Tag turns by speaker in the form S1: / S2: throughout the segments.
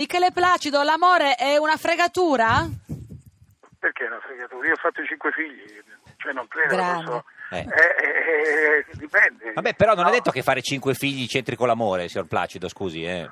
S1: Michele Placido, l'amore è una fregatura?
S2: Perché è una fregatura? Io ho fatto cinque figli, cioè non credo
S1: Grande.
S2: lo so.
S3: Eh.
S2: Eh, eh, dipende.
S3: Vabbè, però non
S2: No,
S3: è detto che fare cinque figli c'entri con l'amore, signor Placido, scusi. Eh.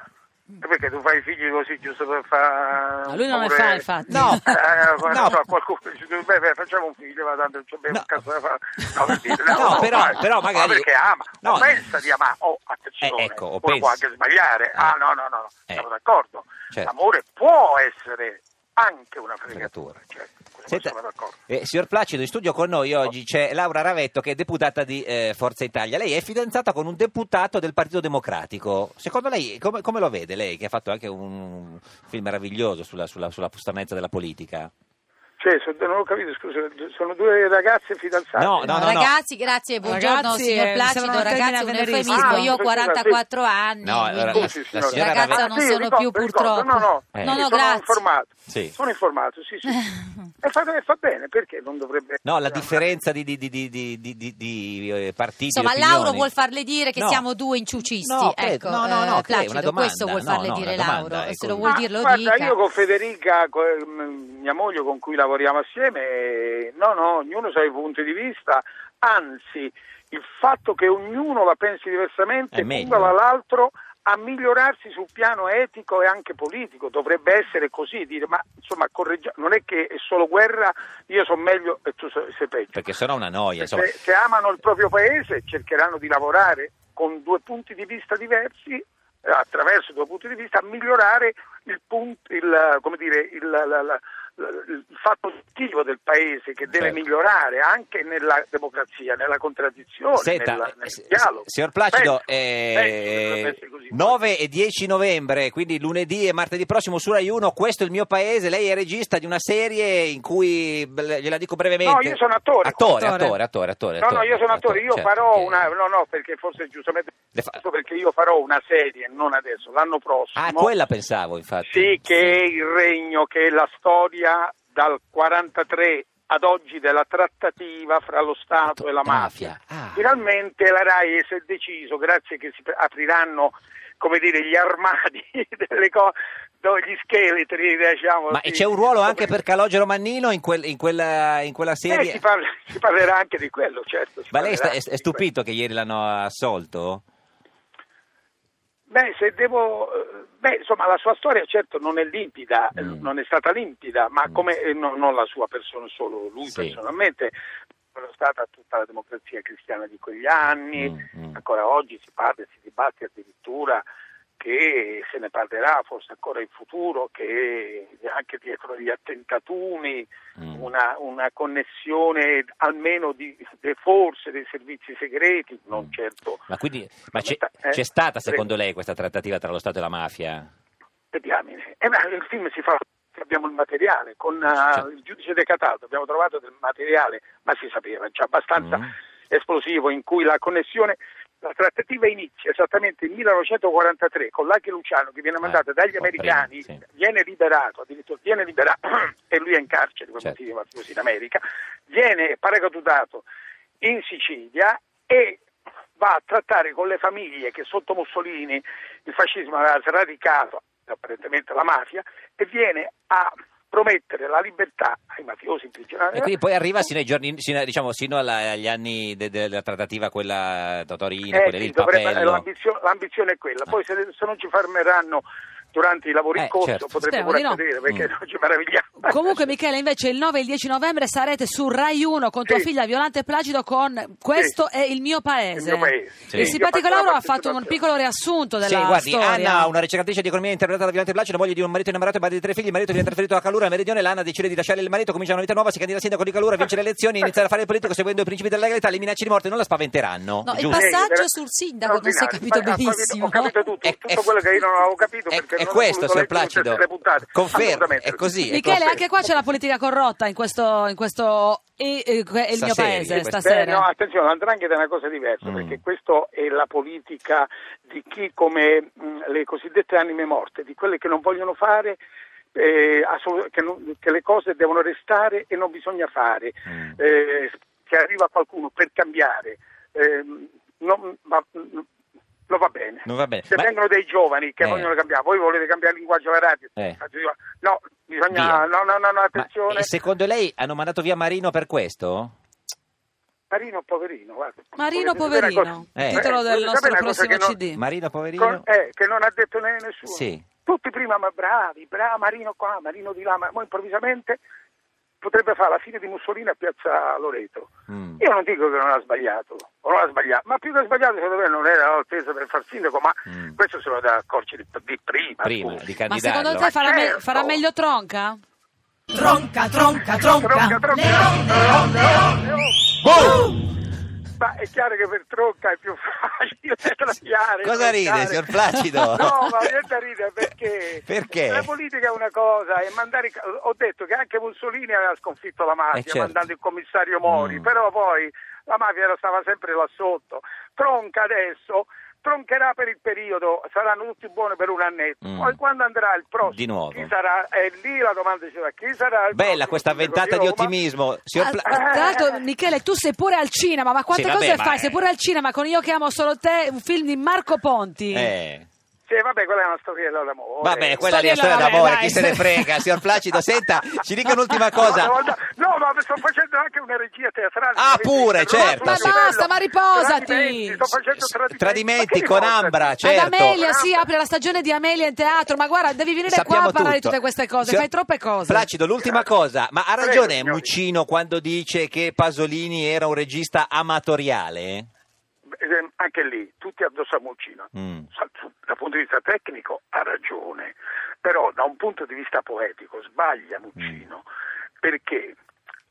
S2: Perché tu fai i figli così giusto per fare...
S1: Ma lui non ne fa, infatti.
S3: No.
S2: Eh, poi non
S3: No.
S2: so, qualcuno dice, beh, beh, facciamo un figlio, ma tanto non c'è bene
S3: No.
S2: un cazzo da fare. No, per dire,
S3: No,
S2: no,
S3: però-
S2: ma-
S3: però
S2: ma
S3: magari-
S2: perché ama,
S3: No.
S2: o pensa di amare, oh, attenzione,
S3: Eh, ecco, o
S2: uno può
S3: pensa.
S2: anche sbagliare. Ah, no, no, no, no,
S3: Eh.
S2: siamo d'accordo.
S3: Certo.
S2: L'amore può essere anche una fregatura,
S3: Fregatura.
S2: cioè, questo
S3: Senta,
S2: siamo d'accordo.
S3: eh, signor Placido, in studio con noi oggi c'è Laura Ravetto che è deputata di eh, Forza Italia. Lei è fidanzata con un deputato del Partito Democratico. Secondo lei come, come lo vede lei che ha fatto anche un film meraviglioso sulla, sulla, sulla stranezza della politica?
S2: Cioè, so- non ho capito, scusa, sono due ragazze fidanzate.
S3: No, no, no, no.
S4: ragazzi, grazie, buongiorno
S1: Ragazzi, eh,
S4: signor
S1: mi sembra
S4: Placido,
S1: un termine
S4: ragazzi, un
S1: venerissimo.
S4: eufemismo,
S2: Ah,
S4: io ho
S2: sì,
S4: 44 anni,
S3: No, allora,
S4: quindi-
S2: Scusi,
S3: la, la
S2: signora
S3: signora
S4: Ragazza,
S3: Ravetto...
S4: non sono più, purtroppo.
S2: No, no,
S3: Eh.
S4: No, no,
S2: sono
S4: grazie.
S2: informato.
S3: Sì.
S2: Sono informato, sì, sì. e fa, e fa bene, perché non dovrebbe...
S3: No, la differenza di, di, di, di, di, di, di- di, eh, partiti.
S4: Insomma,
S3: opinioni.
S4: Lauro vuol farle dire che
S3: No.
S4: siamo due inciucisti.
S3: No, credo-
S4: ecco,
S3: no, no, no, credo,
S4: eh, Placido,
S3: una domanda.
S4: questo vuol
S3: No,
S4: farle
S3: no,
S4: dire
S3: una
S4: Lauro.
S3: domanda, ecco. è
S4: se lo
S3: così.
S4: vuol
S2: Ma,
S4: dire lo
S2: guarda,
S4: dica.
S2: io con Federica, co- eh, m- mia moglie con cui lavoriamo assieme, eh, no, no, ognuno sa i punti di vista, anzi, il fatto che ognuno la pensi diversamente
S3: È meglio.
S2: punta l'altro a migliorarsi sul piano etico e anche politico, dovrebbe essere così, dire, ma insomma, correggia- non è che è solo guerra, io sono meglio e tu so- sei peggio.
S3: Perché sennò è una noia, insomma.
S2: se, se amano il proprio paese cercheranno di lavorare con due punti di vista diversi eh, attraverso due punti di vista a migliorare il, punto, il, eh, come dire, il, la- la- la- il fatto positivo del paese che deve
S3: Certo.
S2: migliorare anche nella democrazia, nella contraddizione,
S3: Senta,
S2: nella-
S3: eh,
S2: nel
S3: s-
S2: dialogo.
S3: s- signor Placido,
S2: Penso- penso dovrebbe essere così.
S3: 9 e 10 novembre, quindi lunedì e martedì prossimo su Rai 1, questo è il mio paese, lei è regista di una serie in cui, beh, gliela dico brevemente...
S2: No, io sono attore.
S3: Attore,
S1: Attore.
S3: attore, attore, attore,
S2: No, no, io sono attore, io
S3: certo,
S2: farò
S3: che-
S2: una... No, no, perché forse giustamente...
S3: Le fa-
S2: Perché io farò una serie, non adesso, l'anno prossimo.
S3: Ah, quella pensavo, infatti.
S2: Sì, che è il regno, che è la storia dal 43 ad oggi della trattativa fra lo Stato e la mafia.
S3: Ah.
S2: Finalmente la RAI si è deciso, grazie che si apriranno come dire, gli armadi, delle co- do- gli scheletri, diciamo.
S3: Ma
S2: sì.
S3: c'è un ruolo anche
S2: Come-
S3: per Calogero Mannino in, quel- in quella, in quella
S2: Eh,
S3: serie?
S2: si, parla- si parlerà anche di quello, certo. si
S3: Ma lei sta-
S2: parlerà
S3: è,
S2: anche
S3: è
S2: di quello.
S3: stupito che ieri l'hanno assolto?
S2: Beh, se devo. eh, Beh, insomma, la sua storia certo non è limpida, eh,
S3: Mm.
S2: non è stata limpida, ma come eh, no- non la sua persona, solo lui
S3: Sì.
S2: personalmente, sono stata tutta la democrazia cristiana di quegli anni,
S3: Mm, mm.
S2: ancora oggi si parla e si dibatte addirittura che se ne parlerà forse ancora in futuro, che anche dietro gli attentatuni
S3: Mm.
S2: una, una connessione almeno di, de- forse dei servizi segreti, non
S3: Mm.
S2: certo
S3: Ma, quindi, ma c'è,
S2: Eh,
S3: c'è stata
S2: sì.
S3: secondo lei questa trattativa tra lo Stato e la mafia?
S2: E diamine. Eh, ma il film si fa, abbiamo il materiale, con eh,
S3: Certo.
S2: il giudice decatato abbiamo trovato del materiale, ma si sapeva, già abbastanza
S3: Mm.
S2: esplosivo, in cui la connessione, la trattativa inizia esattamente nel 1943 con l'Ache Luciano che viene mandato dagli
S3: un po'
S2: americani,
S3: prima, Eh, sì.
S2: viene liberato, addirittura viene liberato e lui è in carcere per
S3: Certo.
S2: motivi mafiosi in America, viene paracadutato in Sicilia e va a trattare con le famiglie che sotto Mussolini il fascismo aveva sradicato apparentemente la mafia e viene a promettere la libertà ai mafiosi imprigionati.
S3: E quindi poi
S2: Eh,
S3: arriva sino ai giorni, sino, a- diciamo, sino alla- agli anni de- de- della trattativa quella da Torino,
S2: Eh,
S3: quella lì,
S2: sì,
S3: il
S2: dovrebbe-
S3: papello.
S2: l'ambizio- l'ambizione è quella. Poi se, se non ci fermeranno durante i lavori
S3: Eh,
S2: in corso
S3: certo.
S2: potrebbe
S1: Speriamo
S2: pure
S1: di no.
S2: accadere perché
S3: Mm.
S2: non ci meravigliamo.
S1: Comunque Michele invece il 9 e il 10 novembre sarete su Rai 1 con tua
S2: Sì.
S1: figlia Violante Placido con Questo è il mio paese.
S2: Il mio paese.
S3: Sì.
S1: Il simpatico
S2: Io faccio
S1: Lauro
S2: la
S1: ha fatto un
S2: partecipazione.
S1: piccolo riassunto della
S3: Sì, guardi,
S1: storia.
S3: Anna, una ricercatrice di economia interpretata da Violante Placido, moglie di un marito innamorato e madre di tre figli, il marito viene trasferito a Calura, a Meridione, l'Anna decide di lasciare il marito, comincia una vita nuova, si candida a sindaco di Calura, vince le elezioni, inizia a fare il politico seguendo i principi della legalità, le minacce di morte non la spaventeranno,
S4: No, il
S3: giusto?
S2: Sì,
S4: passaggio
S2: era-
S4: sul sindaco non si è
S2: Eh, straordinario.
S4: capito
S2: Ma- ho capito-
S4: benissimo. eh.
S2: Ho capito tutto,
S3: È-
S2: tutto
S3: è-
S2: quello che io non avevo capito
S3: È,
S2: perché
S3: Eh, è
S2: non ho
S3: questo,
S2: voluto
S3: signor
S2: leggere tutte
S3: Placido.
S2: le puntate.
S3: Confermo,
S2: Assolutamente.
S3: è così. è
S1: Michele,
S3: così.
S1: anche qua c'è la politica corrotta in questo, in questo e- e- è il mio
S3: Stasera, eh,
S1: paese
S3: questa-
S2: Beh,
S1: stasera.
S2: no, attenzione, l'andrangheta è una cosa diversa,
S3: Mm.
S2: perché questa è la politica di chi, come mh, le cosiddette anime morte, di quelle che non vogliono fare, eh, assolut- che, non- che le cose devono restare e non bisogna fare,
S3: Mm.
S2: eh, che arriva qualcuno per cambiare. ehm, non- ma- non va bene.
S3: Non va bene.
S2: Se
S3: Ma-
S2: vengono dei giovani che
S3: Eh.
S2: vogliono cambiare, voi volete cambiare il linguaggio alla radio?
S3: Eh.
S2: No, bisogna,
S3: Via.
S2: no, no, no, no, attenzione.
S3: Ma, eh, secondo lei hanno mandato via Marino per questo?
S2: Marino poverino, guarda.
S1: Marino
S2: Volete sapere
S1: Poverino,
S2: una cosa?
S3: Eh.
S1: il titolo del
S2: volete
S1: nostro
S2: sapere una cosa
S1: prossimo
S2: che non-
S1: CD.
S3: Marino poverino?
S2: Con- eh, che non ha detto ne- nessuno.
S3: Sì.
S2: Tutti prima, ma bravi, bravi, Marino qua, Marino di là, ma poi improvvisamente potrebbe fare la fine di Mussolini a Piazza Loreto.
S3: Mm.
S1: Eh,
S2: Io non dico che non ha sbagliato, o non ha sbagliato, ma più che sbagliato secondo me non era l'attesa per far sindaco, ma
S3: Mm.
S2: questo se lo da accorci di, di prima.
S3: Prima
S2: scusi.
S3: di
S1: Ma
S3: candidarlo.
S1: secondo te farà, me-
S2: Certo.
S1: farà meglio Tronca?
S5: Tronca, tronca,
S2: Tronca,
S5: tronca.
S2: tronca,
S5: Leon, Leon, Leon.
S3: Boh!
S1: Boh!
S2: Ma è chiaro che per Tronca è più facile traviare.
S3: Cosa ride,
S2: pensare.
S3: signor Placido?
S2: No, ma viene da ridere perché,
S3: Perché?
S2: la politica è una cosa. E mandare, ho detto che anche Mussolini aveva sconfitto la mafia
S3: Eh, certo.
S2: mandando il commissario Mori,
S3: Mm.
S2: però poi la mafia era- stava sempre là sotto. Tronca adesso. Troncherà per il periodo, saranno tutti buoni per un annetto.
S3: Mm.
S2: Poi quando andrà il prossimo,
S3: Di nuovo.
S2: chi sarà? È lì la domanda c'era, chi sarà? il
S3: Bella
S2: prossimo
S3: questa
S2: sindaco
S3: ventata di
S2: Roma?
S3: ottimismo. Signor
S1: Ah,
S3: Pla-
S1: Tra l'altro, Michele, tu sei pure al cinema, ma quante
S3: Sì, vabbè,
S1: cose
S3: ma
S1: fai?
S3: è-
S1: Sei pure al cinema con Io che amo solo te, un film di Marco Ponti.
S3: Eh.
S2: Sì, vabbè, quella è una storia d'amore.
S3: Vabbè, quella lì
S1: Storia
S3: è una storia
S1: d'amore,
S3: d'amore,
S1: dai.
S3: chi se ne frega, signor Placido, senta, ci dica un'ultima cosa.
S2: No, ma sto facendo anche una regia teatrale.
S3: Ah, pure, certo.
S1: Ma basta, ma riposati.
S2: Tradimenti, sto facendo
S3: S-
S2: tradimenti.
S3: tradimenti
S2: Ma che
S3: con
S2: riposati?
S3: Ambra,
S1: Ad
S3: certo.
S1: Amelia, sì,
S2: Ah.
S1: apre la stagione di Amelia in teatro, ma guarda, devi venire
S3: Sappiamo
S1: qua a parlare
S3: tutto.
S1: di tutte queste cose,
S3: Signor
S1: fai troppe cose.
S3: Placido, l'ultima cosa, ma ha
S2: Prego,
S3: ragione
S2: signori.
S3: Muccino quando dice che Pasolini era un regista amatoriale?
S2: Eh, Anche lì, tutti addosso a Muccino.
S3: Mm.
S2: Sa- su- Dal punto di vista tecnico ha ragione, però da un punto di vista poetico sbaglia Muccino,
S3: Mm.
S2: perché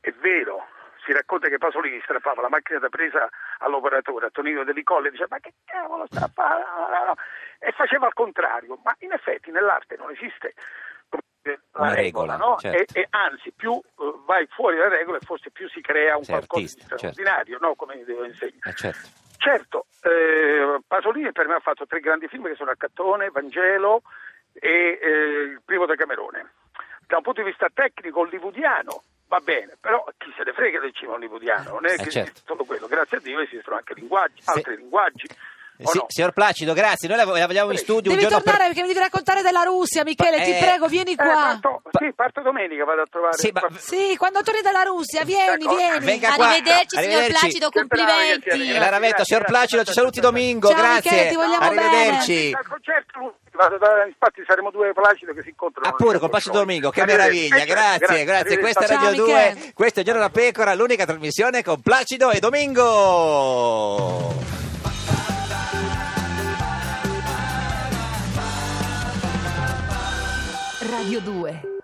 S2: è vero, si racconta che Pasolini strappava la macchina da presa all'operatore, a Tonino Deli Colle, dice ma che cavolo
S3: Mm.
S2: strappa? No, no, no. E faceva al contrario, ma in effetti nell'arte non esiste come dire, la
S3: Una
S2: regola,
S3: regola,
S2: no?
S3: certo.
S2: e, e anzi più eh, vai fuori dalle regole forse più si crea un
S3: Sei
S2: qualcosa di
S3: artista, certo.
S2: straordinario, no? come devo insegnare.
S3: Eh, certo.
S2: Certo, eh, Pasolini per me ha fatto tre grandi film che sono Accattone, Vangelo e eh, il primo del Camerone. Da un punto di vista tecnico hollywoodiano va bene, però chi se ne frega del cinema hollywoodiano, non è
S3: Eh,
S2: che
S3: certo.
S2: esiste solo quello, grazie a Dio esistono anche linguaggi,
S3: Sì.
S2: altri linguaggi. o
S3: Eh, Sì,
S2: no?
S3: Signor Placido, grazie, noi la, la vogliamo in
S2: Sì.
S3: studio
S1: Devi
S3: un giorno per-
S1: tornare perché mi devi raccontare della Russia, Michele,
S3: Ma-
S1: ti
S3: eh,
S1: prego, vieni
S2: Eh,
S1: qua.
S2: parto, sì, parto domenica, vado a trovare...
S3: Sì, ma-
S2: qualcuno.
S1: Sì, quando torni dalla Russia, vieni,
S2: D'accordo.
S1: vieni.
S3: Venga qua.
S4: Arrivederci, signor
S3: Arrivederci.
S4: Placido,
S2: Che brava che siete,
S4: complimenti.
S2: grazie.
S3: La Ravetto, signor Placido, ci saluti domingo,
S1: Ciao,
S3: grazie.
S1: Michele, ti vogliamo
S3: Arrivederci.
S2: Al concerto, lui, vado da- infatti saremo due Placido che si incontrano.
S3: Ah, pure col Passo Domingo, che meraviglia, grazie, grazie. Questa è
S1: Ciao,
S3: Radio
S1: Michele.
S3: 2, questo è Giorno da Pecora, l'unica trasmissione con Placido e Domingo.
S5: Radio 2.